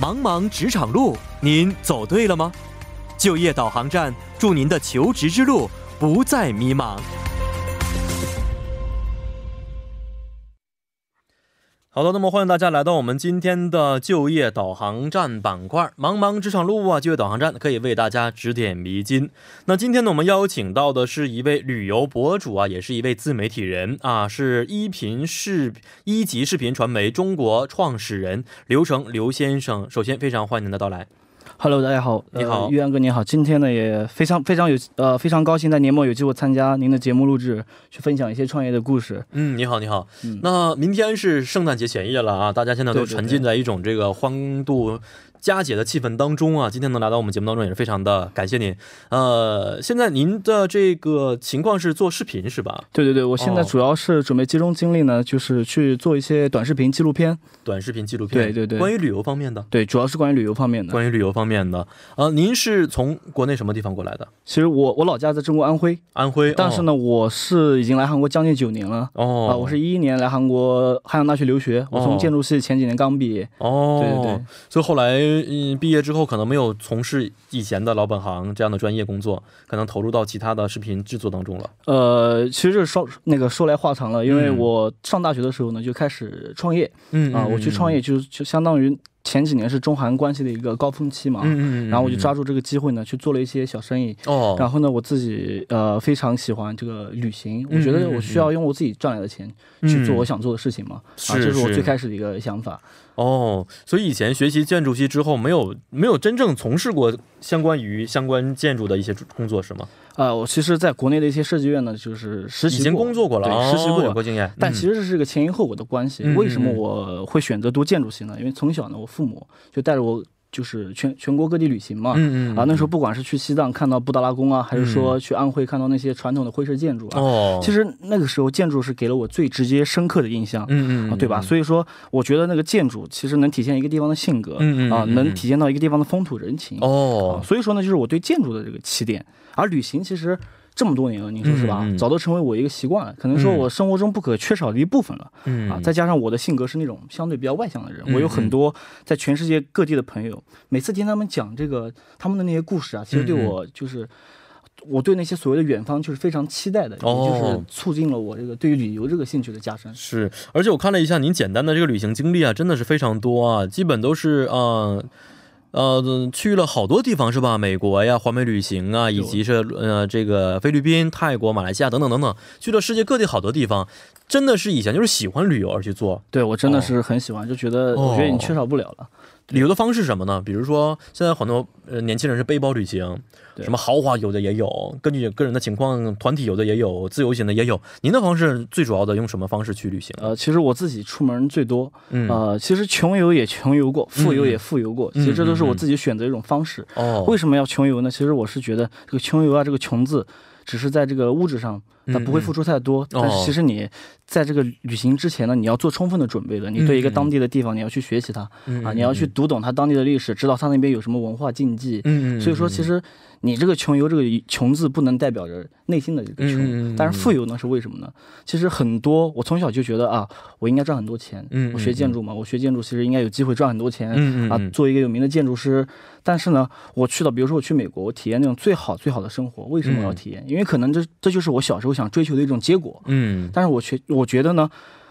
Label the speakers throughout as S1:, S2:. S1: 茫茫职场路，您走对了吗？就业导航站，祝您的求职之路不再迷茫。好的，那么欢迎大家来到我们今天的就业导航站板块。茫茫职场路啊，就业导航站可以为大家指点迷津。那今天呢，我们邀请到的是一位旅游博主啊，也是一位自媒体人啊，是一频视一级视频传媒中国创始人刘成刘先生。首先，非常欢迎您的到来。
S2: Hello，大家好，
S1: 你好
S2: 呃岳阳哥你好，今天呢也非常非常有呃非常高兴在年末有机会参加您的节目录制，去分享一些创业的故事。
S1: 嗯，你好，你好。
S2: 嗯
S1: 那明天是圣诞节前夜了啊，大家现在都
S2: 对对对
S1: 沉浸在一种这个欢度佳节的气氛当中啊。今天能来到我们节目当中也是非常的感谢您。呃，现在您的这个情况是做视频是吧？
S2: 对对对，我现在
S1: 哦
S2: 主要是准备集中精力呢，就是去做一些短视频纪录片，
S1: 短视频纪录片，
S2: 对对对
S1: 关于旅游方面的，
S2: 对，主要是关于旅游方面的。
S1: 关于旅游方面的。呃，您是从国内什么地方过来的？
S2: 其实我我老家在中国安徽，
S1: 安徽。
S2: 但是呢，我是已经来韩国将近九年了。
S1: 哦，
S2: 啊、
S1: 哦，
S2: 我是一一年来韩国汉阳大学留学，我
S1: 哦
S2: 从建筑系前几年刚毕业。
S1: 哦，
S2: 对对对，
S1: 所以后来嗯，毕业之后可能没有从事以前的老本行这样的专业工作，可能投入到其他的视频制作当中了。
S2: 呃，其实这说那个说来话长了，因为
S1: 嗯
S2: 我上大学的时候呢就开始创业，
S1: 嗯
S2: 啊，我去创
S1: 业。
S2: 业就就相当于前几年是中韩关系的一个高峰期嘛，
S1: 嗯嗯嗯，
S2: 然后我就抓啊住这个机会呢，去做了一些小生意。
S1: 哦，
S2: 然后呢，我自己呃非常喜欢这个旅行，
S1: 嗯
S2: 我觉得
S1: 嗯嗯
S2: 我需要用我自己赚来的钱
S1: 嗯
S2: 去做我想做的事情嘛，啊，
S1: 是
S2: 这是我
S1: 是
S2: 最开始的一个想法。
S1: 哦，所以以前学习建筑系之后，没有没有真正从事过相关于相关建筑的一些工作是吗？
S2: 呃，我其实在国内的一些设计院呢，就是实
S1: 已
S2: 习
S1: 经
S2: 过，
S1: 工作过了，
S2: 对，实习
S1: 哦
S2: 过。
S1: 有过经验，
S2: 但
S1: 嗯
S2: 其实这是个前因后果的关系。
S1: 嗯
S2: 为什么
S1: 嗯嗯
S2: 我会选择读建筑系呢？因为从小呢，我父母就带着我就是全全国各地旅行嘛，
S1: 嗯嗯
S2: 啊，那时候
S1: 嗯
S2: 不管是去西藏看到布达拉宫啊，还是说去安徽看到那些传统的徽式建筑啊，
S1: 哦，
S2: 其
S1: 实
S2: 实那个时候建筑是给了我最直接深刻的印象，
S1: 嗯嗯
S2: 啊，对吧？所以说，我觉得那个建筑其实能体现一个地方的性格，
S1: 嗯嗯
S2: 啊，
S1: 嗯嗯
S2: 能体现到一个地方的风土人情。
S1: 以
S2: 啊
S1: 哦，
S2: 所以说呢，就是我对建筑的这个起点。而旅行其实这么多年了，你说是吧？
S1: 嗯嗯
S2: 早都成为我一个习惯了，可能说
S1: 嗯
S2: 我生活中不可缺少的一部分了。
S1: 嗯
S2: 啊，再加上我的性格是那种相对比较外向的人，
S1: 嗯
S2: 我有很多在全世界各地的朋友，每次听他们讲这个他们的那些故事啊，其实对我就是。我对那些所谓的远方就是非常期待的，也就是
S1: 哦
S2: 促进了我这个对于旅游这个兴趣的加深。
S1: 是，而且我看了一下您简单的这个旅行经历啊，真的是非常多啊，基本都是呃呃去了好多地方是吧？美国呀，环美旅行啊，以
S2: 有
S1: 及是呃这个菲律宾、泰国、马来西亚等等等等，去了世界各地好多地方，真的是以前就是喜欢旅游而去做。
S2: 对我真的
S1: 哦
S2: 是很喜欢，就觉得
S1: 哦
S2: 我觉得你缺少不了了。
S1: 旅游的方式是什么呢？比如说，现在很多呃年轻人是背包旅行，
S2: 对
S1: 什么豪华游的也有，根据个人的情况，团体游的也有，自由行的也有。您的方式最主要的用什么方式去旅行？
S2: 呃，其实我自己出门最多，
S1: 嗯，
S2: 呃，其实穷游也穷游过，富游也富游过，其实这都
S1: 嗯
S2: 是
S1: 嗯
S2: 我
S1: 嗯
S2: 自己选择一种方式。
S1: 哦，
S2: 为什么要穷游呢？其实我是觉得这个穷游啊，这个穷字，只是在这个物质上，它不会付出太多。
S1: 嗯
S2: 但是其实
S1: 哦
S2: 你在这个旅行之前呢，你要做充分的准备的。你对一个当地的地方，你要去学习它
S1: 嗯
S2: 啊，你要去，读懂它当地的历史，知道它那边有什么文化禁忌。
S1: 嗯嗯嗯嗯，
S2: 所以说，
S1: 嗯
S2: 其实你这个穷游这个穷字不能代表着内心的这个
S1: 嗯嗯嗯嗯
S2: 穷，但是富游呢是为什么呢？其实很多我从小就觉得啊，我应该赚很多钱
S1: 嗯嗯。
S2: 我学建筑嘛，我学建筑其实应该有机会赚很多钱。
S1: 嗯嗯
S2: 啊
S1: 嗯，
S2: 做一个有名的建筑师。但是呢，我去到，比如说我去美国，我体验那种最好最好的生活，为什么我要
S1: 嗯
S2: 体验？因为可能这这就是我小时候想追求的一种结果。
S1: 嗯
S2: 但是我觉我觉得呢，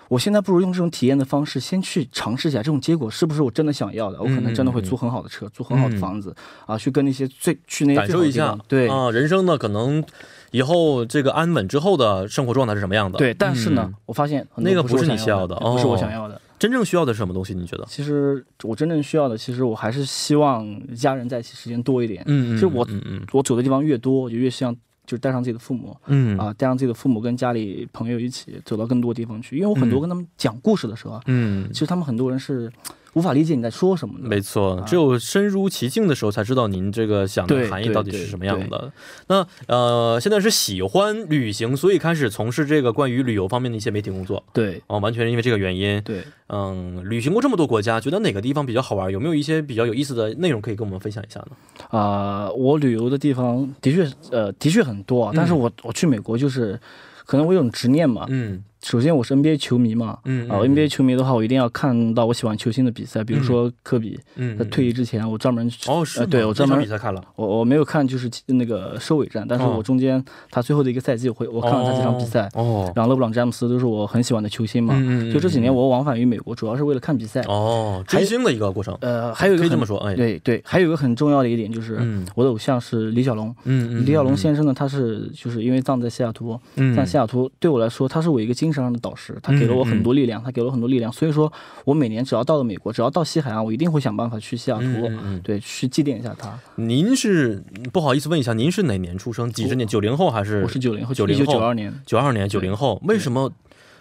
S2: 我现在不如用这种体验的方式，先去尝试一下这种结果是不是我真的想要的。
S1: 嗯
S2: 我可能真的会租很好的车，租很好的房子，啊，去跟那些最去那些
S1: 感
S2: 最好
S1: 受
S2: 的
S1: 一
S2: 地
S1: 下
S2: 方，，对。
S1: 啊，人生呢可能以后这个安稳之后的生活状态是什么样的？
S2: 对，但是呢，
S1: 嗯
S2: 我发现很多
S1: 那个
S2: 不
S1: 不是
S2: 我
S1: 你
S2: 想
S1: 需要
S2: 的，
S1: 的
S2: 对不是我
S1: 哦
S2: 想要的。
S1: 真正需要的是什么东西？你觉得？
S2: 其实我真正需要的，其实我还是希望家人在一起时间多一点。
S1: 嗯，嗯
S2: 其实我
S1: 嗯嗯
S2: 我走的地方越多，我就越像就是带上自己的父母
S1: 嗯
S2: 啊，带上自己的父母跟家里朋友一起走到更多地方去。因为我很多
S1: 嗯
S2: 跟他们讲故事的时候啊，
S1: 嗯
S2: 其，实他们很多人是无法理解你在说什么的。
S1: 没错，
S2: 啊
S1: 只有深入其境的时候，才知道您这个想的
S2: 对
S1: 含义
S2: 对
S1: 到底
S2: 对
S1: 是什么样的。那呃，现在是喜欢旅行，所以开始从事这个关于旅游方面的一些媒体工作。
S2: 对
S1: 哦，完全是因为这个原因。
S2: 对，
S1: 嗯，旅行过这么多国家，觉得哪个地方比较好玩？有没有一些比较有意思的内容可以跟我们分享一下呢？
S2: 啊、我旅游的地方的确呃的确很多啊，但是
S1: 嗯
S2: 我我去美国就是。可能我有种执念嘛，
S1: 嗯，
S2: 首先我是 NBA 球迷嘛，
S1: 嗯
S2: 啊、n b a 球迷的话，我一定要看到我喜欢球星的比赛，比如说科比，
S1: 嗯
S2: 他退役之前，我专门去
S1: 哦是吗、
S2: 呃对我专门
S1: 这场比赛看了，
S2: 我我没有看就是那个收尾战，但是
S1: 哦
S2: 我中间他最后的一个赛季，我会我看了他这场比赛，
S1: 哦，哦
S2: 然后勒布朗詹姆斯都是我很喜欢的球星嘛，
S1: 嗯嗯嗯
S2: 就这几年我往返于美国，主要是为了看比赛。
S1: 哦追星的一个过程，
S2: 呃，还有一个
S1: 可以这
S2: 很
S1: 么说，哎，
S2: 对对，还有一个很重要的一点就是，
S1: 嗯
S2: 我的偶像是李小龙。
S1: 嗯嗯，
S2: 李小龙先生呢，他是就是因为葬在西雅图，
S1: 嗯
S2: 但西雅图对我来说，他是我一个精神上的导师，他给了我很
S1: 嗯
S2: 多力量，他给了我很多力量。所以说我每年只要到了美国，只要到西海岸，我一定会想办法去西雅图，
S1: 嗯嗯嗯
S2: 对，去祭奠一下他。
S1: 您是不好意思问一下，您是哪年出生？几十年？九零后还是？
S2: 我是九零后，
S1: 九
S2: 一九
S1: 零
S2: 九
S1: 后，
S2: 二年，
S1: 九二年，九零后。为什么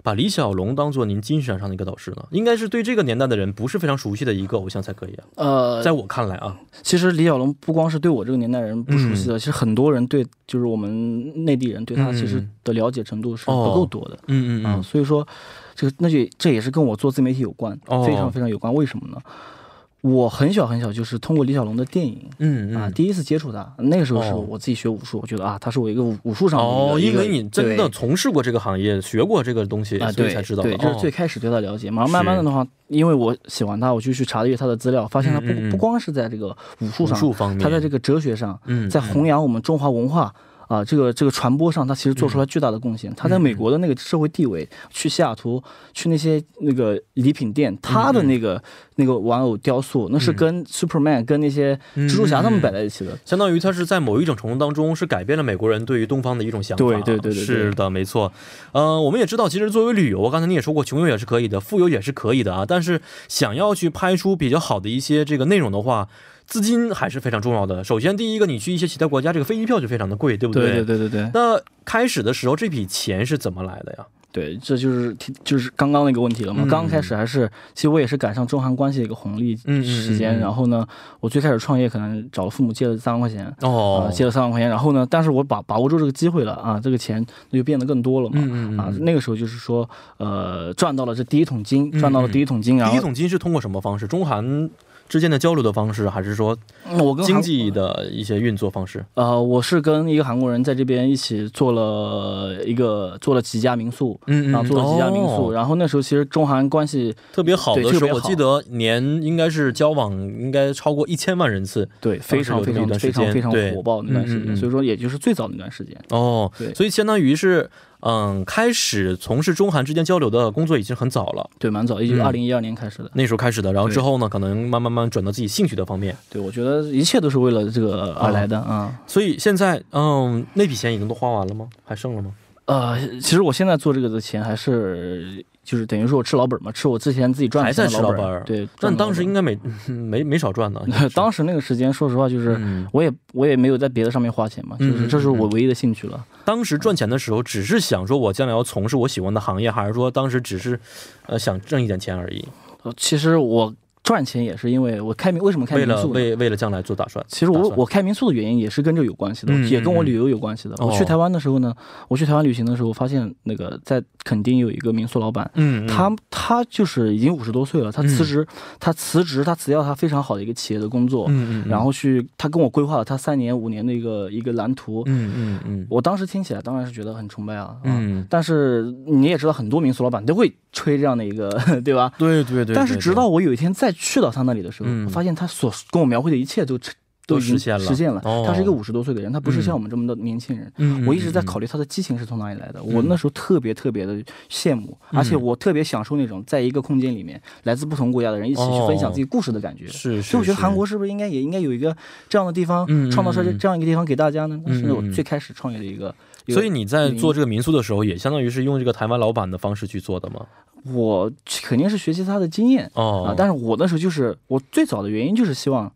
S1: 把李小龙当做您精神上的一个导师呢？应该是对这个年代的人不是非常熟悉的一个偶像才可以啊。
S2: 呃，
S1: 在我看来啊，
S2: 其实李小龙不光是对我这个年代人不熟悉的，其实很多人对，就是我们内地人对他
S1: 嗯
S2: 其实的了解程度是不够多的。
S1: 嗯嗯
S2: 啊，
S1: 嗯，
S2: 所以说，这个那就这也是跟我做自媒体有关，
S1: 哦
S2: 非常非常有关。为什么呢？我很小很小就是通过李小龙的电影
S1: 嗯
S2: 啊，
S1: 嗯。
S2: 第一次接触他。那个时候是
S1: 哦
S2: 我自己学武术，我觉得啊，他是我一个武武术上的一个
S1: 哦，
S2: 一
S1: 因
S2: 个
S1: 为你真的
S2: 对
S1: 从事过这个行业，学过这个东西，
S2: 啊，
S1: 所
S2: 对，
S1: 以才知道的。
S2: 对，这是最
S1: 哦、
S2: 开始对他了解嘛。然后慢慢的的话，因为我喜欢他，我就去查阅他的资料，发现他不
S1: 嗯嗯嗯
S2: 不光是在这个武术
S1: 武
S2: 上，
S1: 术方面，
S2: 他在这个哲学上，
S1: 嗯
S2: 在弘扬我们中华文化啊、这个这个传播上，他其实
S1: 嗯
S2: 做出了巨大的贡献。他在美国的那个社会地位，去西雅图，去那些那个礼品店，他
S1: 嗯
S2: 的那个、那个玩偶雕塑，那是跟 Superman、跟那些蜘蛛
S1: 嗯
S2: 侠他们摆在一起的。
S1: 相当于它是在某一种程度当中是改变了美国人对于东方的一种想法。
S2: 对对对对对
S1: 是的，没错。呃，我们也知道，其实作为旅游，刚才你也说过，穷游也是可以的，富游也是可以的啊。但是想要去拍出比较好的一些这个内容的话，资金还是非常重要的。首先，第一个，你去一些其他国家，这个飞机票就非常的贵，对不
S2: 对
S1: 对
S2: 对对对对
S1: 那开始的时候，这笔钱是怎么来的呀？
S2: 对，这就是就是刚刚那个问题了嘛。
S1: 嗯
S2: 刚开始还是，其实我也是赶上中韩关系的一个红利
S1: 嗯嗯嗯
S2: 时间。
S1: 嗯
S2: 然后呢，我最开始创业可能找父母借了三万块钱，
S1: 哦
S2: 啊，，借了三万块钱，然后呢，但是我把把握住这个机会了啊，这个钱那就变得更多了嘛。
S1: 嗯嗯
S2: 啊，
S1: 嗯。
S2: 那个时候就是说，呃，赚到了这第一桶金，
S1: 嗯
S2: 赚到了第一桶金，然
S1: 第一
S2: 后
S1: 桶金是通过什么方式？中韩之间的交流的方式，还是说
S2: 嗯我跟韩
S1: 经济的一些运作方式？
S2: 呃，我是跟一个韩国人在这边一起做了一个做了几家民宿，
S1: 嗯
S2: 然后啊做了几家民
S1: 哦
S2: 宿，然后那时候其实中韩关系
S1: 特别好的
S2: 对
S1: 时候，
S2: 特别
S1: 我
S2: 好
S1: 记得年应该是交往应该超过一千万人次
S2: 对非常
S1: 有
S2: 非
S1: 这么一
S2: 常
S1: 段时
S2: 非常
S1: 间
S2: 非常
S1: 对
S2: 火爆那段时
S1: 嗯嗯
S2: 间，
S1: 嗯
S2: 所以说也就是最早那段时间，
S1: 哦
S2: 对，
S1: 所以相当于是嗯，开始从事中韩之间交流的工作已经很早了，
S2: 对，蛮早，也就是
S1: 嗯
S2: 二零一二年开始的。
S1: 那时候开始的，然后
S2: 对
S1: 之后呢，可能慢慢慢转到自己兴趣的方面，
S2: 对，我觉得一切都是为了这个而来的啊。
S1: 所以现在嗯，那笔钱已经都花完了吗？还剩了吗？
S2: 呃，其实我现在做这个的钱还是就是等于说我吃老本嘛，吃我之前自己赚的
S1: 还在
S2: 钱
S1: 吃
S2: 的老
S1: 老本儿
S2: 对，赚
S1: 但
S2: 的老
S1: 当时
S2: 本
S1: 应该没 没没少赚呢，
S2: 儿 当时那个时间，说实话就是
S1: 嗯，
S2: 我也我也没有在别的上面花钱嘛，就
S1: 嗯嗯
S2: 是这是我唯一的兴趣了。
S1: 当时赚钱的时候，只是想说我将来要从事我喜欢的行业，还是说当时只是呃想挣一点钱而已，
S2: 呃其实我赚钱也是因为我开民，为什么开
S1: 为
S2: 民
S1: 了
S2: 宿呢？
S1: 为为了将来做打算。
S2: 其实我
S1: 打算
S2: 我开民宿的原因也是跟这有关系的，
S1: 嗯
S2: 也跟我
S1: 嗯嗯
S2: 旅游有关系的。
S1: 哦
S2: 我去台湾的时候呢，我去台湾旅行的时候，发现那个在垦丁有一个民宿老板，
S1: 嗯，嗯嗯
S2: 他他就是已经五十多岁了，他辞职，他辞职，他辞掉他非常好的一个企业的工作，
S1: 嗯嗯，嗯
S2: 然后去他跟我规划了他三年五年的一个一个蓝图。
S1: 嗯嗯嗯
S2: 我当时听起来当然是觉得很崇拜啊，啊
S1: 嗯，
S2: 但是你也知道，很多民宿老板都会吹这样的一个， 啊对吧？
S1: 对对对
S2: 但是直到我有一天再去到他那里的时候，
S1: 嗯
S2: 我发现他所跟我描绘的一切都
S1: 都
S2: 已经
S1: 实现了
S2: 实现了。
S1: 哦
S2: 他是一个五十多岁的人，他不是
S1: 嗯
S2: 像我们这么的年轻人。
S1: 嗯
S2: 我一直在考虑他的激情是从哪里来的。我那时候特别特别的羡慕，
S1: 嗯
S2: 而且我特别享受那种在一个空间里面，来自不同国家的人一起去分享自己故事的感觉。
S1: 哦是，是
S2: 所以我觉得韩国
S1: 是
S2: 是不是应该也应该有一个这样的地方，
S1: 嗯嗯
S2: 创造出来
S1: 嗯
S2: 这样一个地方给大家呢？那是我
S1: 嗯嗯
S2: 最开始创业的一个。一个
S1: 所以你在做这个民宿的时候，也相当于是用这个台湾老板的方式去做的嘛？
S2: 我肯定是学习他的经验
S1: 哦，
S2: 啊，但是我那时候就是我最早的原因就是希望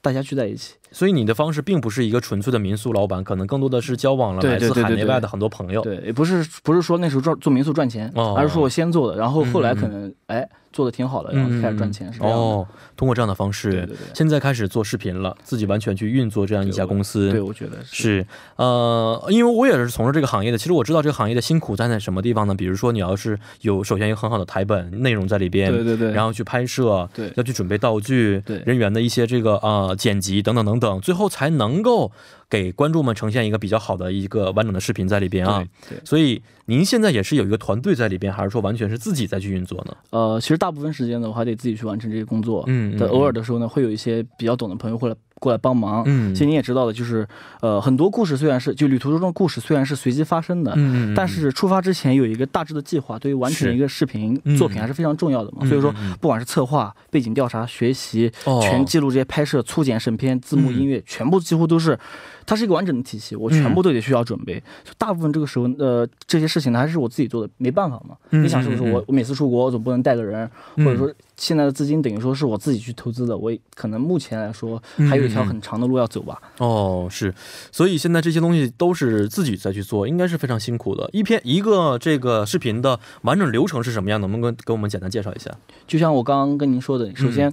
S2: 大家聚在一起。
S1: 所以你的方式并不是一个纯粹的民宿老板，可能更多的是交往了
S2: 对
S1: 来自
S2: 对对
S1: 海
S2: 对
S1: 内
S2: 对
S1: 外的很多朋友。
S2: 对，也不是不是说那时候赚做民宿赚钱，
S1: 哦
S2: 而是说我先做的，然后后来
S1: 嗯嗯
S2: 可能、哎做的挺好的，然后
S1: 嗯，
S2: 开始赚钱，是这样的。
S1: 哦，通过这样的方式
S2: 对对对
S1: 现在开始做视频了，自己完全去运作这样一家公司。
S2: 对，我觉得是
S1: 是，呃，因为我也是从事这个行业的，其实我知道这个行业的辛苦在在什么地方呢？比如说，你要是有首先有很好的台本内容在里边，
S2: 对对对
S1: 然后去拍摄，
S2: 对
S1: 要去准备道具，
S2: 对
S1: 人员的一些这个呃剪辑等等等等，最后才能够给观众们呈现一个比较好的一个完整的视频在里边啊。
S2: 对，
S1: 所以您现在也是有一个团队在里边，还是说完全是自己在去运作呢？
S2: 呃，其实大部分时间呢，我还得自己去完成这些工作。
S1: 嗯嗯
S2: 但偶尔的时候呢，会有一些比较懂的朋友会来过来帮忙。
S1: 嗯
S2: 其实你也知道的，就是呃，很多故事虽然是就旅途中的故事虽然是随机发生的，
S1: 嗯
S2: 但是出发之前有一个大致的计划，对于完成一个视频
S1: 嗯
S2: 作品还是非常重要的嘛。
S1: 嗯
S2: 所以说
S1: 嗯嗯，
S2: 不管是策划、背景调查、学习、
S1: 哦
S2: 全记录这些拍摄、粗剪、审片、字幕、
S1: 嗯
S2: 音乐，全部几乎都是，它是一个完整的体系，我全部都得需要准备。所以大部分这个时候，呃，这些事情呢还是我自己做的，没办法嘛。
S1: 嗯
S2: 你想是不是
S1: 嗯嗯
S2: 我我每次出国，我总不能带个人，
S1: 嗯
S2: 或者说现在的资金等于说是我自己去投资的，我也可能目前来说
S1: 嗯
S2: 还有一条很长的路要走吧。
S1: 哦，是，所以现在这些东西都是自己再去做，应该是非常辛苦的。一篇一个这个视频的完整流程是什么样的？能不能给我们简单介绍一下？
S2: 就像我刚刚跟您说
S1: 嗯
S2: 的，首先，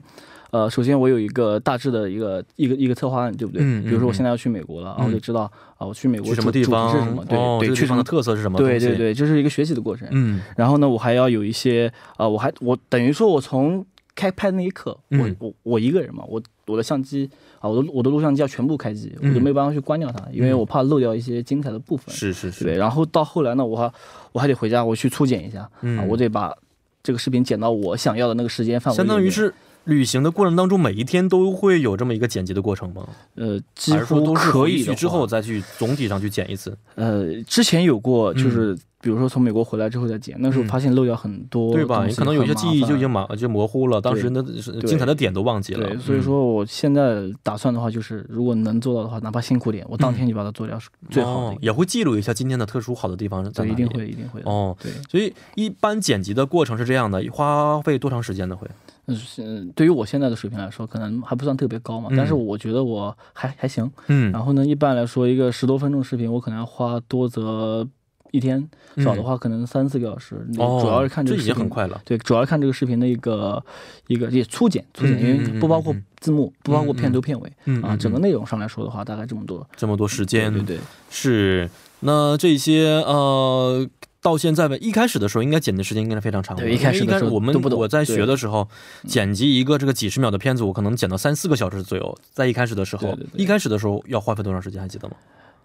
S2: 呃，首先我有一个大致的一个一个一个策划案，对不对？
S1: 嗯嗯
S2: 比如说我现在要去美国了，啊，
S1: 嗯
S2: 我就知道啊，我去美国
S1: 去什么地
S2: 主主
S1: 方？
S2: 题是什么？对、
S1: 哦、
S2: 对，
S1: 这个
S2: 去
S1: 地
S2: 什
S1: 方的
S2: 么？
S1: 特色是什么？
S2: 对
S1: 东
S2: 对
S1: 西，
S2: 对，这是一个学习的过程。
S1: 嗯
S2: 然后呢，我还要有一些啊、我还我等于说我从开拍的那一刻，我、
S1: 嗯
S2: 我我一个人嘛，我我的相机啊，我的我的录像机要全部开机，我
S1: 嗯
S2: 就没有办法去关掉它，因为我怕漏掉一些精彩的部分。
S1: 是是
S2: 对，
S1: 是，
S2: 然后到后来呢，我还我还得回家，我去粗剪一下、啊，
S1: 嗯
S2: 我得把这个视频剪到我想要的那个时间范围里
S1: 相
S2: 面。
S1: 当于是旅行的过程当中，每一天都会有这么一个剪辑的过程吗？
S2: 呃，几
S1: 还是说
S2: 乎
S1: 都是
S2: 可
S1: 回
S2: 以
S1: 去
S2: 的
S1: 之
S2: 话
S1: 后再去总体上去剪一次？
S2: 呃，之前有过，就是比如说从美国回来之后再剪，那时候
S1: 嗯
S2: 发现漏掉很多，
S1: 对吧？你可能有些记忆就已经。麻就模糊了，当时
S2: 对
S1: 的精彩的点都忘记了。
S2: 对，所以
S1: 嗯
S2: 说我现在打算的话，就是如果能做到的话，哪怕辛苦点，我当天就把它做掉是最好
S1: 嗯
S2: 的
S1: 哦。也会记录一下今天的特殊好的地方在
S2: 对，
S1: 哪里
S2: 一定。会，一定会的。
S1: 哦，
S2: 对，
S1: 所以一般剪辑的过程是这样的，花费多长时间呢？会？
S2: 嗯是，对于我现在的水平来说，可能还不算特别高嘛，但是
S1: 嗯
S2: 我觉得我还还行。
S1: 嗯
S2: 然后呢，一般来说，一个十多分钟的视频，我可能要花多则一天，少的
S1: 嗯
S2: 话可能三四个小时。
S1: 哦，
S2: 主要是看
S1: 这
S2: 这个
S1: 已
S2: 视
S1: 经很
S2: 频啊
S1: 快了。
S2: 对，主要是看这个视频的一个一个也粗剪粗剪，因
S1: 嗯嗯嗯
S2: 为不包括
S1: 嗯嗯
S2: 字幕，不包括
S1: 嗯嗯
S2: 片头片尾、
S1: 嗯
S2: 啊，整个
S1: 嗯
S2: 内容上来说的话，大概这么多。
S1: 这么多时间，
S2: 对对对，
S1: 是那这些呃。到现在吧，一开始的时候应该剪的时间应该是非常长的。
S2: 对一开始
S1: 因为
S2: 的时候
S1: 我们
S2: 都不懂
S1: 我在学
S2: 对
S1: 的时候，剪辑一个这个几十秒的片子，我可能剪到三四个小时左右。在一开始的时候，
S2: 对对对
S1: 一开始的时候要花费多长时间还记得吗？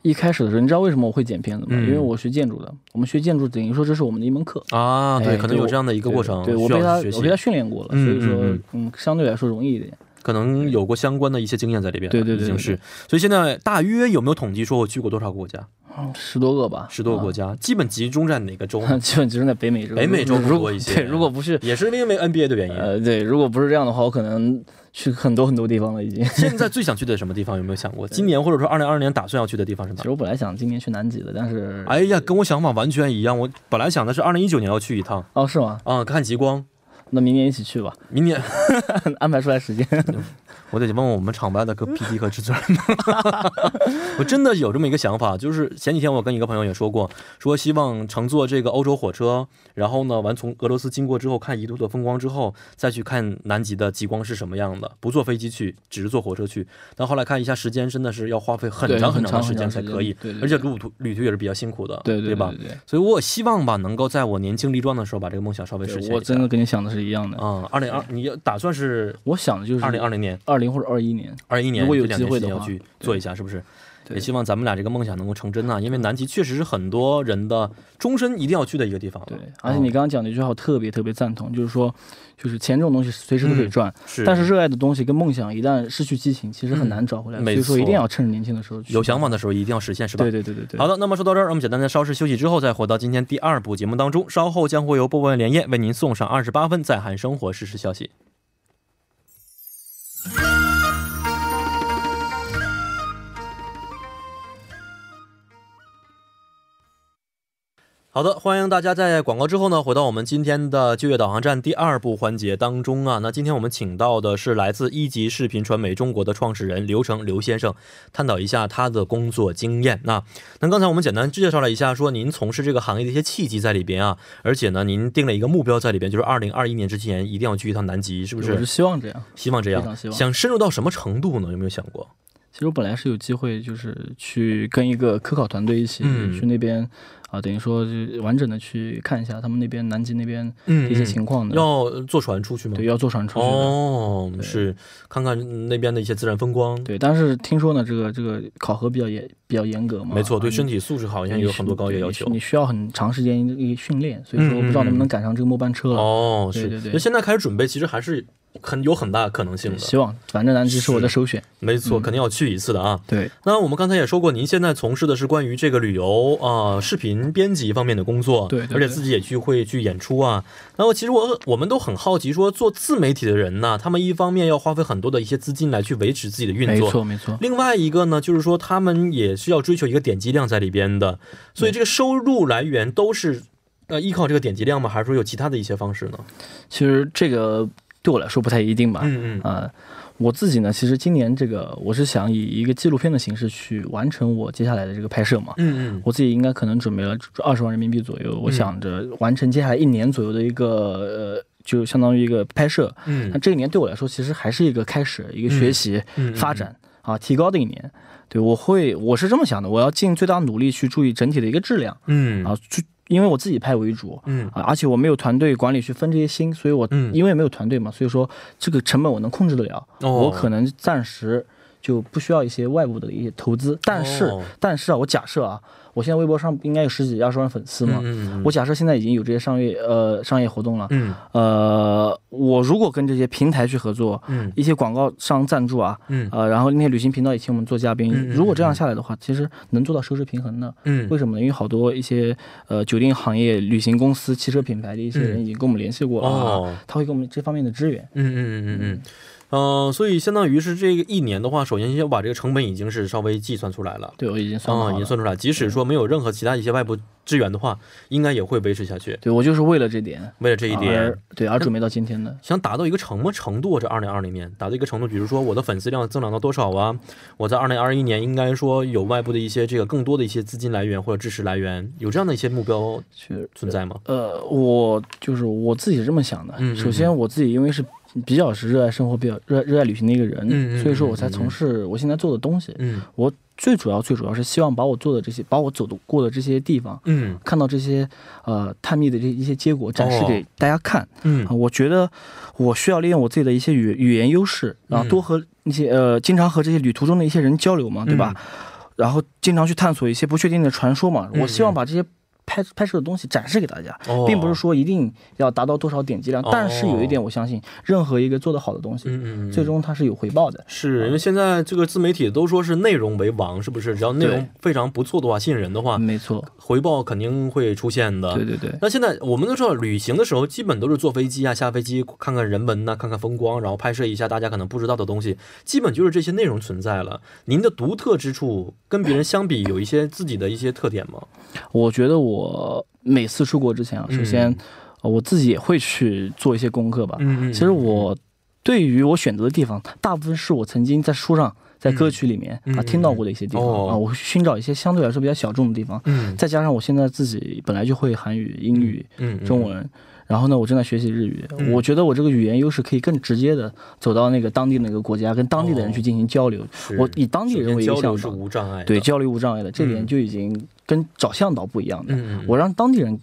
S2: 一开始的时候，你知道为什么我会剪片子吗？
S1: 嗯
S2: 因为我学建筑的，我们学建筑等于说这是我们的一门课。
S1: 啊，对，
S2: 哎
S1: 可能有
S2: 对
S1: 这样的一
S2: 一
S1: 个过程，
S2: 对我
S1: 需
S2: 被他
S1: 要去学
S2: 我被他
S1: 习，
S2: 训练过了，
S1: 嗯
S2: 所以说
S1: 嗯
S2: 嗯相对来说容易一点。
S1: 可能有过相关的一些经验在里边，
S2: 对对对
S1: 已经
S2: 对
S1: 是。所以现在大约有没有统计说我去过多少国家？
S2: 嗯十多个吧，
S1: 十多个国
S2: 家，
S1: 家，基本集中在哪个州呢？
S2: 基本集中在北美洲。
S1: 北美洲
S2: 如
S1: 更
S2: 如
S1: 多
S2: 果
S1: 一些
S2: 对，如果不是
S1: 也是因为 NBA 的原因。啊
S2: 呃对，如果不是这样的话，我可能去很多很多地方了已经。
S1: 现在最想去的什么地方？有没有想过？今年或者说二零二零年打算要去的地方是哪
S2: 其？实我本来想今年去南极的，但是
S1: 哎呀，跟我想法完全一样。我本来想的是二零一九年要去一趟
S2: 哦是吗？
S1: 啊、看极光。
S2: 那明年一起去吧，
S1: 明年
S2: 安排出来时间。
S1: 我得问问我们厂办的个
S2: 嗯
S1: PD 和制作人们， 我真的有这么一个想法，就是前几天我跟一个朋友也说过，说希望乘坐这个欧洲火车，然后呢，完从俄罗斯经过之后，看一度的风光之后，再去看南极的极光是什么样的，不坐飞机去，只是坐火车去。但后来看一下时间，真的是要花费很
S2: 对
S1: 长
S2: 很
S1: 很长的
S2: 长
S1: 时
S2: 很
S1: 间
S2: 长
S1: 才
S2: 时间
S1: 可以
S2: 对，对
S1: 而且
S2: 对
S1: 路途旅途也是比较辛苦的，
S2: 对对
S1: 吧？
S2: 对
S1: 所以我希望吧，能够在我年轻力壮的时候把这个梦想稍微实
S2: 对
S1: 现一下。
S2: 我真的跟你想的是一样的。
S1: 啊，二零二，你要打算是
S2: 我想的就是
S1: 二零二零年。
S2: 二零或者二一年，
S1: 二一年
S2: 如果有
S1: 这两
S2: 机
S1: 件
S2: 会
S1: 事情
S2: 的
S1: 要
S2: 话
S1: 去
S2: 对
S1: 做一下，是不是？
S2: 对
S1: 也希望咱们俩这个梦想能够成真啊！因为南极确实是很多人的终身一定要去的一个地方了。
S2: 对。而且你刚刚讲的一句话，我特别特别赞同，就是说，就是钱这种东西随时都可以赚，
S1: 嗯是，
S2: 但是热爱的东西跟梦想一旦失去激情，其实很难找回来。
S1: 嗯
S2: 所以
S1: 没
S2: 说，
S1: 错
S2: 一定要趁着年轻的时候去
S1: 有想法。的时候一定要实现，是吧？
S2: 对对对对对。
S1: 好的，那么说到这儿，我们简单的稍事休息之后，再回到今天第二部节目当中。稍后将会由播报员连夜为您送上二十八分在韩生活实时消息。好的，欢迎大家在广告之后呢，回到我们今天的就业导航站第二部环节当中啊。那今天我们请到的是来自一级视频传媒中国的创始人刘成刘先生，探讨一下他的工作经验。那那刚才我们简单介绍了一下，说您从事这个行业的一些契机在里边啊，而且呢，您定了一个目标在里边，就是二零二一年之前一定要去一趟南极，是不
S2: 我是
S1: 是？
S2: 希望这样。
S1: 希望这
S2: 非
S1: 样，
S2: 常希望
S1: 想深入到什么程度呢？有没有想过？
S2: 其其实我本来是有机会，就是去跟一个科考团队一起、
S1: 嗯
S2: 去那边啊、等于说就完整的去看一下他们那边南极那边
S1: 嗯
S2: 的一些情况的。
S1: 要坐船出去吗？
S2: 对，要坐船出去的。
S1: 哦，是看看那边的一些自然风光。
S2: 对，但是听说呢，这个这个考核比较严，比较严格嘛。
S1: 没错，对
S2: 啊
S1: 身体素质好像有很多高的要求嗯
S2: 你。你需要很长时间一个训练，所以说我不知道能不能赶上这个末班车了。
S1: 哦，
S2: 对
S1: 是，
S2: 对对
S1: 那现在开始准备，其实还是很有很大可能性的。
S2: 希望，反正南极是我的首选。
S1: 没
S2: 嗯
S1: 错，肯定要去一次的啊。
S2: 对，
S1: 那我们刚才也说过，您现在从事的是关于这个旅游啊、视频编辑方面的工作，
S2: 对对对
S1: 而且自己也去会去演出啊。然后其实我我们都很好奇说，做自媒体的人呢，他们一方面要花费很多的一些资金来去维持自己的运
S2: 没
S1: 作，
S2: 错没错。
S1: 另外一个呢，就是说他们也是要追求一个点击量在里边的，所
S2: 嗯
S1: 以这个收入来源都是呃依靠这个点击量吗？还是说有其他的一些方式呢？
S2: 其实这个对我来说不太一定吧。
S1: 嗯嗯，
S2: 呃，我自己呢，其实今年这个我是想以一个纪录片的形式去完成我接下来的这个拍摄嘛。
S1: 嗯嗯，
S2: 我自己应该可能准备了二十万人民币左右，
S1: 嗯
S2: 我想着完成接下来一年左右的一个呃，就相当于一个拍摄。
S1: 嗯
S2: 那这一年对我来说，其实还是一个开始，一个学习、
S1: 嗯嗯
S2: 发展啊、提高的一年。对我会，我是这么想的，我要尽最大努力去注意整体的一个质量
S1: 嗯
S2: 啊，去，因为我自己拍为主。
S1: 嗯
S2: 啊，而且我没有团队管理去分这些心，所以我、
S1: 嗯
S2: 因为没有团队嘛，所以说这个成本我能控制得了，
S1: 哦
S2: 我可能暂时就不需要一些外部的一些投资。但是，
S1: 哦
S2: 但是啊，我假设啊，我现在微博上应该有十几二十万粉丝嘛，
S1: 嗯嗯
S2: 我假设现在已经有这些商业呃商业活动了，
S1: 嗯
S2: 呃，我如果跟这些平台去合作，
S1: 嗯
S2: 一些广告商赞助啊，
S1: 嗯
S2: 呃，然后那些旅行频道也请我们做嘉宾，
S1: 嗯嗯
S2: 如果这样下来的话，其实能做到收支平衡的。
S1: 嗯
S2: 为什么呢？因为好多一些呃酒店行业、旅行公司、汽车品牌的一些人已经跟我们联系过
S1: 嗯
S2: 了、
S1: 哦
S2: 啊，他会给我们这方面的支援。
S1: 嗯嗯嗯嗯。嗯，所以相当于是这个一年的话，首先要把这个成本已经是稍微计算出来了，
S2: 对我已经算好
S1: 啊、
S2: 了，
S1: 已经算出来。即使说没有任何其他一些外部支援的话，应该也会维持下去。
S2: 对我就是为了这点，
S1: 为了这一点
S2: 而，对而准备到今天的。
S1: 想达到一个什么程度啊？这二零二零年达到一个程度，比如说我的粉丝量增长到多少啊？我在二零二一年应该说有外部的一些这个更多的一些资金来源或者支持来源，有这样的一些目标
S2: 其实
S1: 存在吗？
S2: 呃，我就是我自己是这么想的。
S1: 嗯嗯
S2: 首先，我自己因为是比较是热爱生活、比较热热爱旅行的一个人，
S1: 嗯嗯
S2: 所以说我才从事我现在做的东西。
S1: 嗯
S2: 我最主要、最主要是希望把我做的这些，把我走的过的这些地方，
S1: 嗯
S2: 看到这些呃探秘的这一些结果，展
S1: 哦
S2: 示给大家看。啊，
S1: 嗯
S2: 我觉得我需要利用我自己的一些语语言优势，然
S1: 嗯
S2: 后多和那些呃，经常和这些旅途中的一些人交流嘛，对吧？然后经常去探索一些不确定的传说嘛。
S1: 嗯
S2: 我希望把这些拍拍摄的东西展示给大家，
S1: 哦
S2: 并不是说一定要达到多少点击量，
S1: 哦
S2: 但是有一点我相信，任何一个做得好的东西，
S1: 嗯嗯，
S2: 最终它是有回报的。
S1: 是因为现在这个自媒体都说是内容为王，是不是？只要内容非常不错的话，吸引人的话，
S2: 嗯没错，
S1: 回报肯定会出现的。
S2: 对对对。
S1: 那现在我们都知道，旅行的时候基本都是坐飞机啊，下飞机看看人文呐、看看风光，然后拍摄一下大家可能不知道的东西，基本就是这些内容存在了。您的独特之处跟别人相比，有一些自己的一些特点吗？
S2: 我觉得我每次出国之前啊，首先、
S1: 嗯
S2: 呃我自己也会去做一些功课吧。
S1: 嗯嗯
S2: 其实我对于我选择的地方，大部分是我曾经在书上、在歌曲里面、
S1: 嗯
S2: 啊
S1: 嗯
S2: 听到过的一些地方、
S1: 哦
S2: 啊，我会寻找一些相对来说比较小众的地方。
S1: 嗯
S2: 再加上我现在自己本来就会韩语、英语、
S1: 嗯
S2: 中文，然后呢，我正在学习日语、
S1: 嗯
S2: 我觉得我这个语言优势可以更直接的走到那个当地那个国家，跟当地的人去进行交流。我以当地人为一
S1: 交
S2: 个
S1: 流
S2: 向
S1: 是
S2: 导，
S1: 无障哦碍的。
S2: 对，交流无障碍的，这点
S1: 嗯
S2: 就已经跟找向导不一样的。
S1: 嗯，嗯
S2: 我让当地人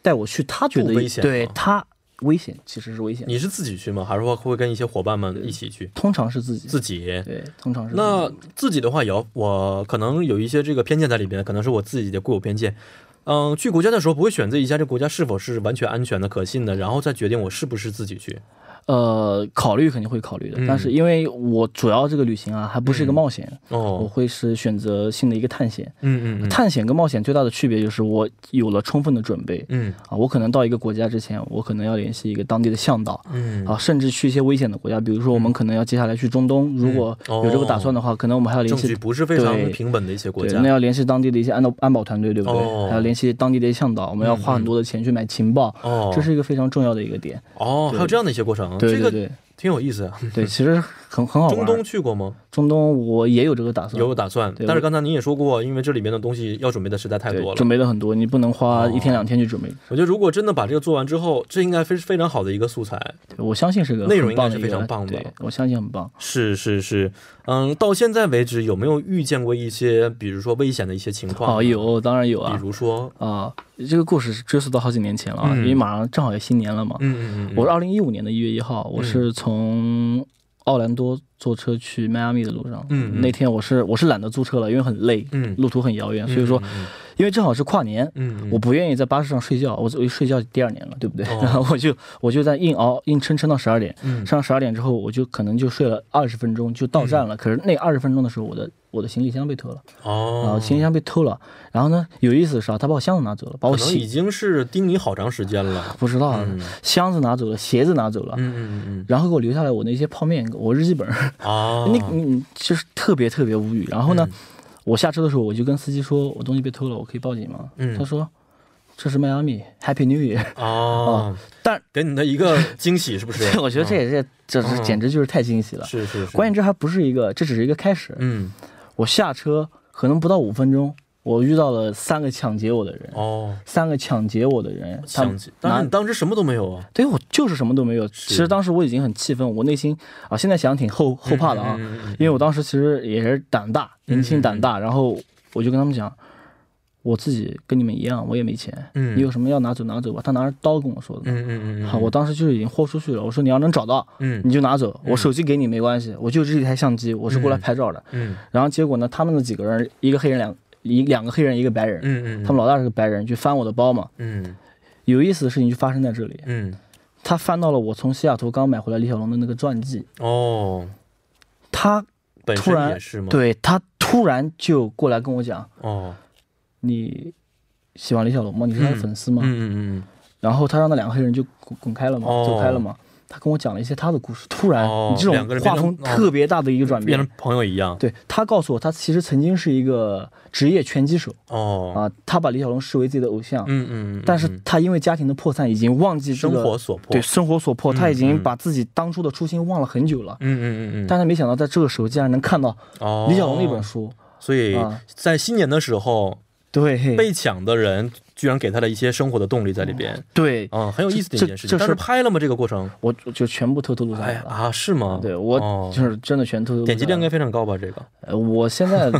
S2: 带我去，他觉得
S1: 不危险
S2: 对
S1: 吗
S2: 他危险，其实是危险的。
S1: 你是自己去吗？还是说会跟一些伙伴们一起去？
S2: 通常是自己，
S1: 自己。
S2: 对，通常是自己
S1: 那自己的话也要，我可能有一些这个偏见在里边，可能是我自己的固有偏见。嗯，去国家的时候不会选择一下这国家是否是完全安全的、可信的，然后再决定我是不是自己去。
S2: 呃，考虑肯定会考虑的，
S1: 嗯
S2: 但是因为我主要这个旅行啊，还不是一个冒险，我
S1: 哦，
S2: 会是选择性的一个探险。
S1: 嗯嗯嗯
S2: 探险跟冒险最大的区别就是我有了充分的准备
S1: 嗯
S2: 啊，我可能到一个国家之前，我可能要联系一个当地的向导。
S1: 嗯，
S2: 啊，甚至去一些危险的国家，比如说我们可能要接下来去中东，如果
S1: 哦
S2: 有这个打算的话，可能我们还要联
S1: 证
S2: 系
S1: 据不是非常
S2: 对
S1: 平稳的一些国
S2: 对，
S1: 家
S2: 那。要联系当地的一些安保安保团队，对不对？
S1: 哦嗯
S2: 还要联系当地的一些向导，我们要花很多的钱去买情报，
S1: 哦，
S2: 这是一个非常重要的一个点。
S1: 哦，还有这样的一些过程，
S2: 对对
S1: 这
S2: 对、
S1: 个挺有意思啊。
S2: 对，其实很 很好玩。嗯
S1: 中东去过吗？
S2: 中东我也有这个打算，
S1: 有打算，但是刚才您也说过，因为这里面的东西要准备的实在太
S2: 对
S1: 多了哦
S2: 准。备了很多，你不能花一天两天去准备。
S1: 我觉得如果真的把这个做完之后，这应该非非常好的一个素材。
S2: 对我相信是个
S1: 内容
S2: 很棒
S1: 应该是
S2: 的一个
S1: 非常棒的
S2: 对我相信很棒。
S1: 是是是，嗯，到现在为止有没有遇见过一些，比如说危险的一些情况？
S2: 哦，有，当然有
S1: 比
S2: 啊
S1: 如说，
S2: 啊！这个故事是追溯到好几年前了啊，
S1: 嗯
S2: 因为马上正好也新年了嘛。
S1: 嗯嗯嗯，
S2: 我是二零一五年的一月一号，我是从奥兰多坐车去迈阿密的路上。
S1: 嗯嗯
S2: 那天我是我是懒得租车了，因为很累，
S1: 嗯，
S2: 路途很遥远，所以说，
S1: 嗯
S2: 因为正好是跨年，
S1: 嗯，嗯
S2: 我不愿意在巴士上睡觉，我我一睡觉第二年了，对不对？
S1: 哦
S2: 然后我就我就在硬熬，硬撑撑到十二点，
S1: 嗯
S2: 上十二点之后，我就可能就睡了二十分钟就到站
S1: 嗯
S2: 了。可是那二十分钟的时候，我的我的行李箱被偷了，然
S1: 哦
S2: 后，行李箱被偷了。然后呢，有意思的是啊，他把我箱子拿走了，把我
S1: 可能已
S2: 鞋
S1: 经是盯你好长时间了。
S2: 不知道啊、
S1: 嗯
S2: 箱子拿走了，鞋子拿走了，
S1: 嗯嗯嗯
S2: 然后给我留下来我那些泡面，我日记本，
S1: 嗯，哦，
S2: 那嗯就是特别特别无语。然后呢，
S1: 嗯
S2: 我下车的时候我就跟司机说，我东西被偷了，我可以报警吗？
S1: 嗯
S2: 他说这是迈阿密，Happy New Year。
S1: 哦，
S2: 但？
S1: 给你的一个惊喜是不是
S2: 我觉得这也是这
S1: 嗯
S2: 这简直就是太惊喜了。
S1: 是是是，
S2: 关键这还不是一个，这只是一个开始。
S1: 嗯
S2: 我下车可能不到五分钟，我遇到了三个抢劫我的人，
S1: 哦，
S2: 三个抢劫我的人，他
S1: 想
S2: 们
S1: 起，但是
S2: 拿
S1: 你当时什么都没有啊，
S2: 对我就是什么都没有。其实当时我已经很气愤，我内心啊，现在想挺后后怕的啊，
S1: 嗯，嗯嗯嗯嗯
S2: 因为我当时其实也是胆大，年轻胆大，然后我就跟他们讲。我自己跟你们一样，我也没钱。
S1: 嗯
S2: 你有什么要拿走拿走吧。他拿着刀跟我说的。
S1: 嗯嗯嗯
S2: 好，我当时就是已经豁出去了。我说你要能找到，
S1: 嗯
S2: 你就拿走。我手机给你没关系，我就这一台相机，我是过来拍照的。
S1: 嗯
S2: 然后结果呢，他们的几个人，一个黑人，两一两个黑人，一个白人，
S1: 嗯嗯，
S2: 他们老大是个白人，去翻我的包嘛。
S1: 嗯
S2: 有意思的事情就发生在这里，
S1: 嗯
S2: 他翻到了我从西雅图刚买回来李小龙的那个传记，
S1: 哦，
S2: 他
S1: 本
S2: 突
S1: 身
S2: 然
S1: 也是吗？
S2: 对他突然就过来跟我讲，
S1: 哦，
S2: 你喜欢李小龙吗？你是他的粉丝吗？
S1: 嗯嗯
S2: 然后他让那两个黑人就滚滚开了嘛，
S1: 哦
S2: 走开了嘛。他跟我讲了一些他的故事，突然、
S1: 哦
S2: 你这
S1: 两个人
S2: 种画
S1: 变成
S2: 风
S1: 哦
S2: 特别大的一个转
S1: 嗯，
S2: 变
S1: 变。成朋友一样
S2: 对他告诉我，他其实曾经是一个职业拳击手
S1: 哦，
S2: 啊，他把李小龙视为自己的偶像，
S1: 嗯嗯嗯，
S2: 但是
S1: 嗯
S2: 他因为家庭的破散，已经忘记这
S1: 生
S2: 个
S1: 活所迫，
S2: 对生活所迫，他已
S1: 嗯
S2: 经
S1: 嗯
S2: 把自己当初的初心忘了很久了。
S1: 嗯嗯嗯嗯，
S2: 但他没想到，在这个时候竟然能看到
S1: 哦，
S2: 李小龙那本，书，
S1: 所以
S2: 啊
S1: 在新年的时候，
S2: 对
S1: 被抢的人居然给他了一些生活的动力在里边，
S2: 对，
S1: 啊，很有意思的一
S2: 这
S1: 件事情。
S2: 嗯这
S1: 但
S2: 这
S1: 是
S2: 是
S1: 拍了吗？这个过程？
S2: 我我就全部偷偷录下
S1: 哎
S2: 来
S1: 呀
S2: 了。
S1: 啊，是吗？
S2: 对我
S1: 哦
S2: 就是真的全偷偷录下来了
S1: 点击量应该非常高吧？这个
S2: 呃我 现在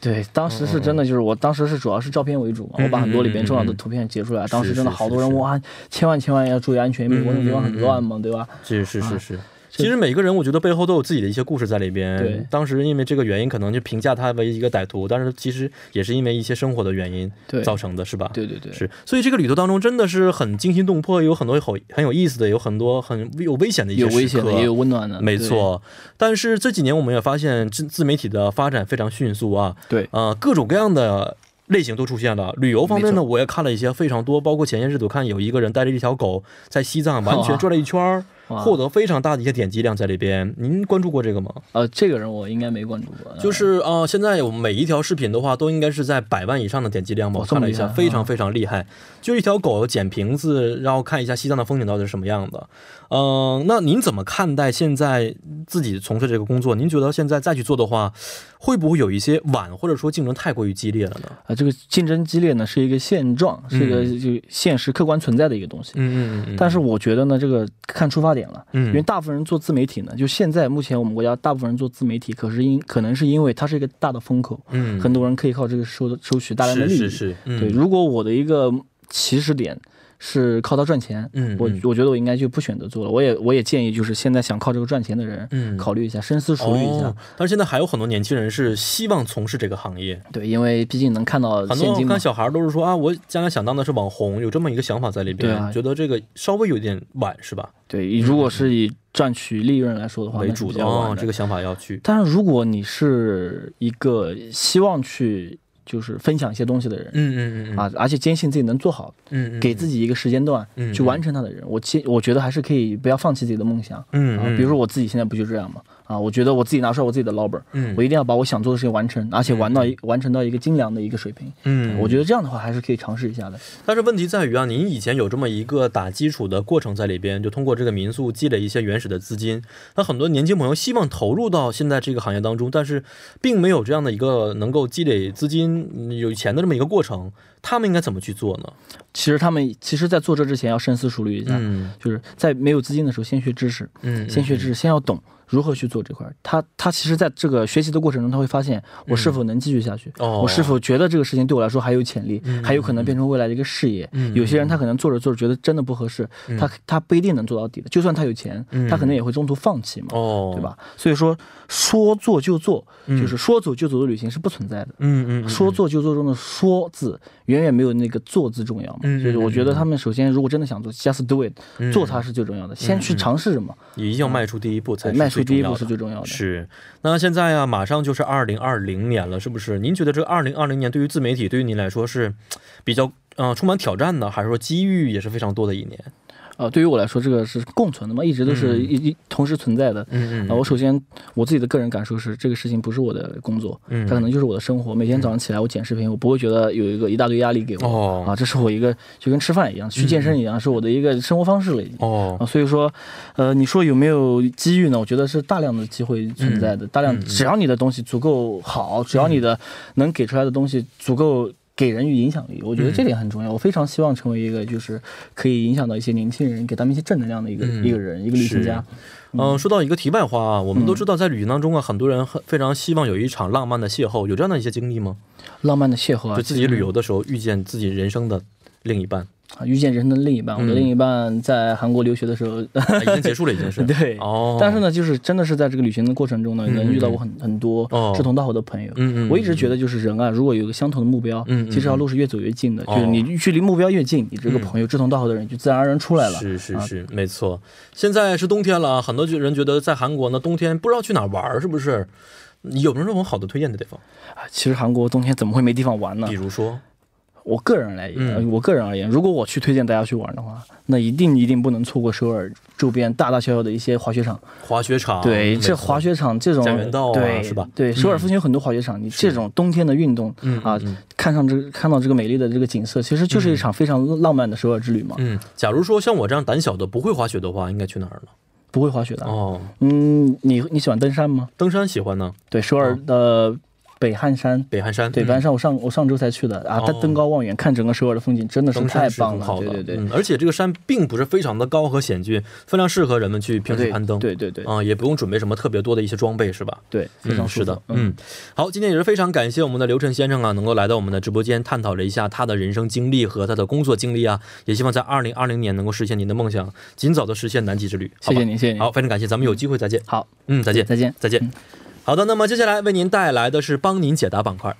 S2: 对当时是真的，就是我当时是主要是照片为主嘛，
S1: 嗯
S2: 我把很多里边重要的
S1: 嗯嗯嗯
S2: 图片截出来，
S1: 是
S2: 当时真的
S1: 是
S2: 好多
S1: 是
S2: 人
S1: 是
S2: 哇，千万千万要注意安全，美国那个地方
S1: 嗯嗯嗯
S2: 很乱嘛，对吧？
S1: 是是是
S2: 啊
S1: 是。其实每个人，我觉得背后都有自己的一些故事在里边
S2: 对。
S1: 当时因为这个原因，可能就评价他为一个歹徒，但是其实也是因为一些生活的原因
S2: 对
S1: 造成的，是吧？
S2: 对对对，
S1: 是，所以这个旅途当中真的是很惊心动魄，有很多好很有意思的，有很多很有危险的一些
S2: 有危
S1: 时
S2: 险
S1: 刻
S2: 的，也有温暖的，
S1: 没错，但是这几年我们也发现自自媒体的发展非常迅速啊，
S2: 对，
S1: 呃，各种各样的类型都出现了。旅游方面
S2: 没
S1: 呢，我也看了一些非常多，包括前些日子我看有一个人带着一条狗在西藏完全转了一圈儿，
S2: 对。哇
S1: 获得非常大的一些点击量在里边。您关注过这个吗？
S2: 呃，这个人我应该没关注过，
S1: 就是呃，现在我们每一条视频的话，都应该是在百万以上的点击量吧。
S2: 哇
S1: 我看了一
S2: 哦这
S1: 下，
S2: 么厉害嗯
S1: 非常非常厉害。就是一条狗捡瓶子，然后看一下西藏的风景到底是什么样的。嗯、那您怎么看待现在自己从事这个工作？您觉得现在再去做的话，会不会有一些晚，或者说竞争太过于激烈了呢？
S2: 啊，这个竞争激烈呢是一个现状，是一个
S1: 嗯
S2: 就现实客观存在的一个东西。
S1: 嗯嗯嗯
S2: 但是我觉得呢，这个看出发点了，
S1: 嗯
S2: 因为大部分人做自媒体呢，就现在目前我们国家大部分人做自媒体，可是因可能是因为它是一个大的风口，
S1: 嗯
S2: 很多人可以靠这个收收取大量的
S1: 是
S2: 利益。
S1: 是是，嗯
S2: 对，如果我的一个起始点是靠它赚钱，
S1: 嗯
S2: 我
S1: 嗯
S2: 我觉得我应该就不选择做了。我也我也建议，就是现在想靠这个赚钱的人，
S1: 嗯
S2: 考虑一下，深思熟虑一下。
S1: 哦。但是现在还有很多年轻人是希望从事这个行业，
S2: 对，因为毕竟能看到
S1: 很
S2: 现
S1: 多
S2: 金
S1: 我
S2: 嘛
S1: 看。小孩都是说啊，我将来想当的是网红，有这么一个想法在里边，
S2: 对啊
S1: 觉得这个稍微有点晚是吧？
S2: 对，如果是以赚取利润来说的话，
S1: 为
S2: 那是
S1: 主
S2: 比
S1: 的
S2: 较晚
S1: 哦
S2: 的。，
S1: 这个想法要去，
S2: 但是如果你是一个希望去就是分享一些东西的人、
S1: 嗯嗯嗯
S2: 啊，而且坚信自己能做好，
S1: 嗯嗯，
S2: 给自己一个时间段、
S1: 嗯
S2: 去完成它的人，我其我觉得还是可以不要放弃自己的梦想。
S1: 嗯
S2: 啊
S1: 嗯，
S2: 比如说我自己现在不就这样吗？啊，我觉得我自己拿出来我自己的老本儿，
S1: 嗯
S2: 我一定要把我想做的事情完成，而且玩到一完成到一个精良的一个水平。啊
S1: 嗯，
S2: 我觉得这样的话还是可以尝试一下的。
S1: 但是问题在于啊，您以前有这么一个打基础的过程在里边，就通过这个民宿积累一些原始的资金。那很多年轻朋友希望投入到现在这个行业当中，但是并没有这样的一个能够积累资金、嗯有钱的这么一个过程，他们应该怎么去做呢？
S2: 其实他们其实，在做这之前要深思熟虑一下，
S1: 嗯
S2: 就是在没有资金的时候先学知识，
S1: 嗯，
S2: 先学知识，先要懂。如何去做这块儿。他他其实在这个学习的过程中，他会发现
S1: 嗯
S2: 我是否能继续下去，
S1: 哦
S2: 我是否觉得这个事情对我来说还有潜力，
S1: 嗯
S2: 还有可能变成未来的一个事业。
S1: 嗯
S2: 有些人他可能做着做着觉得真的不合适，
S1: 嗯
S2: 他他不一定能做到底的。就算他有钱，
S1: 嗯
S2: 他可能也会中途放弃嘛，
S1: 哦，
S2: 对？吧？所以说说做就做，
S1: 嗯
S2: 就是说走就走的旅行是不存在的。
S1: 嗯嗯，嗯
S2: 说做就做中的“说”字，远远没有那个“做”字重要嘛。
S1: 嗯嗯
S2: 所以我觉得
S1: 嗯嗯
S2: 他们首先如果真的想做，just do it，、
S1: 嗯
S2: 做它是最重要的。先去
S1: 嗯
S2: 尝试什么，
S1: 一定要迈出第一步才
S2: 对
S1: 是
S2: 呃迈出
S1: 最
S2: 第一
S1: 重
S2: 步
S1: 要
S2: 是
S1: 的
S2: 最重要的。
S1: 是，那现在啊，马上就是二零二零年了，是不是？您觉得这二零二零年对于自媒体对于您来说是比较呃充满挑战呢，还是说机遇也是非常多的一年？
S2: 呃，对于我来说，这个是共存的嘛，一直都
S1: 嗯
S2: 是一、一同时存在的。
S1: 嗯
S2: 啊、我首先我自己的个人感受是，这个事情不是我的工作，
S1: 嗯
S2: 它可能就是我的生活。每天早上起来，我剪视频，我不会觉得有一个一大堆压力给我、
S1: 哦嗯
S2: 啊，这是我一个就跟吃饭一样，去健身一样，是我的一个生活方式了已经。
S1: 哦
S2: 啊，所以说，呃，你说有没有机遇呢？我觉得是大量的机会存在的，大量
S1: 嗯
S2: 只要你的东西足够好，只要你的能给出来的东西足够给人与影响力，我觉得
S1: 嗯
S2: 这点很重要。我非常希望成为一个就是可以影响到一些年轻人，给他们一些正能量的一个、
S1: 嗯
S2: 一个人，一个旅行
S1: 是
S2: 家。
S1: 嗯，说到一个题外话啊，我们都知道在旅行当中啊，很多人很非常希望有一场浪漫的邂逅，有这样的一些经历吗？
S2: 浪漫的邂逅啊，
S1: 就自己旅游的时候遇见自己人生的另一半，
S2: 啊，遇见人生的另一半。我的
S1: 嗯
S2: 另一半在韩国留学的时候，
S1: 啊已经结束了，已经是。
S2: 对。
S1: 哦，
S2: 但是，呢，就是真的是在这个旅行的过程中呢，
S1: 嗯
S2: 能遇到过很很多
S1: 哦
S2: 志同道合的朋友。
S1: 嗯嗯，
S2: 我一直觉得，就是人啊，如果有一个相同的目标，
S1: 嗯嗯
S2: 其实条路是越走越近的。
S1: 哦嗯
S2: 就是你距离目标越近，你这个朋友志同道合的人就自然而然出来了。
S1: 是是
S2: 啊
S1: 是，没错。现在是冬天了啊，很多人觉得在韩国呢，冬天不知道去哪儿玩儿，是不是？你有没有这种好的推荐的地方？
S2: 啊其实韩国冬天怎么会没地方玩呢
S1: 比？如说，
S2: 我个人来言，
S1: 嗯
S2: 呃我个人而言，如果我去推荐大家去玩的话，那一定一定不能错过首尔周边大大小小的一些滑雪场。
S1: 滑雪场，
S2: 对，
S1: 没错
S2: 这滑，雪场这种
S1: 江原道啊
S2: 对
S1: 是吧
S2: 对，首尔附近有很多滑雪场，你这种冬天的运动
S1: 嗯
S2: 啊
S1: 嗯，
S2: 看上这看到这个美丽的这个景色，其实就是一场非常浪漫的首尔之旅嘛。
S1: 嗯，假如说像我这样胆小的不会滑雪的话，应该去哪儿呢？
S2: 不会滑雪的，
S1: 哦，
S2: 嗯，你你喜欢登山吗？
S1: 登山喜欢呢，
S2: 对，首尔的北汉山。
S1: 北汉山，
S2: 对，
S1: 哦嗯
S2: 北汉山我上我上周才去的啊，它
S1: 哦
S2: 登高望远，看整个首尔的风景真的是
S1: 登
S2: 太
S1: 山是
S2: 棒
S1: 很
S2: 了。
S1: 好的，
S2: 对对对，
S1: 嗯，而且这个山并不是非常的高和险峻，非常适合人们去平时
S2: 对
S1: 攀登，
S2: 对对对
S1: 啊、也不用准备什么特别多的一些装备，是吧？
S2: 对，非常
S1: 嗯、
S2: 舒
S1: 是
S2: 服
S1: 的，，嗯，好，今天也是非常感谢我们的刘晨先生啊，能够来到我们的直播间，探讨了一下他的人生经历和他的工作经历啊，也希望在二零二零年能够实现您的梦想，尽早的实现南极之旅，好
S2: 谢
S1: 吧
S2: 谢。您，谢谢您。
S1: 好，非常感谢，咱们有机会再见。
S2: 好，
S1: 嗯，再见，
S2: 再见。
S1: 再见。好的，那么接下来为您带来的是帮您解答板块。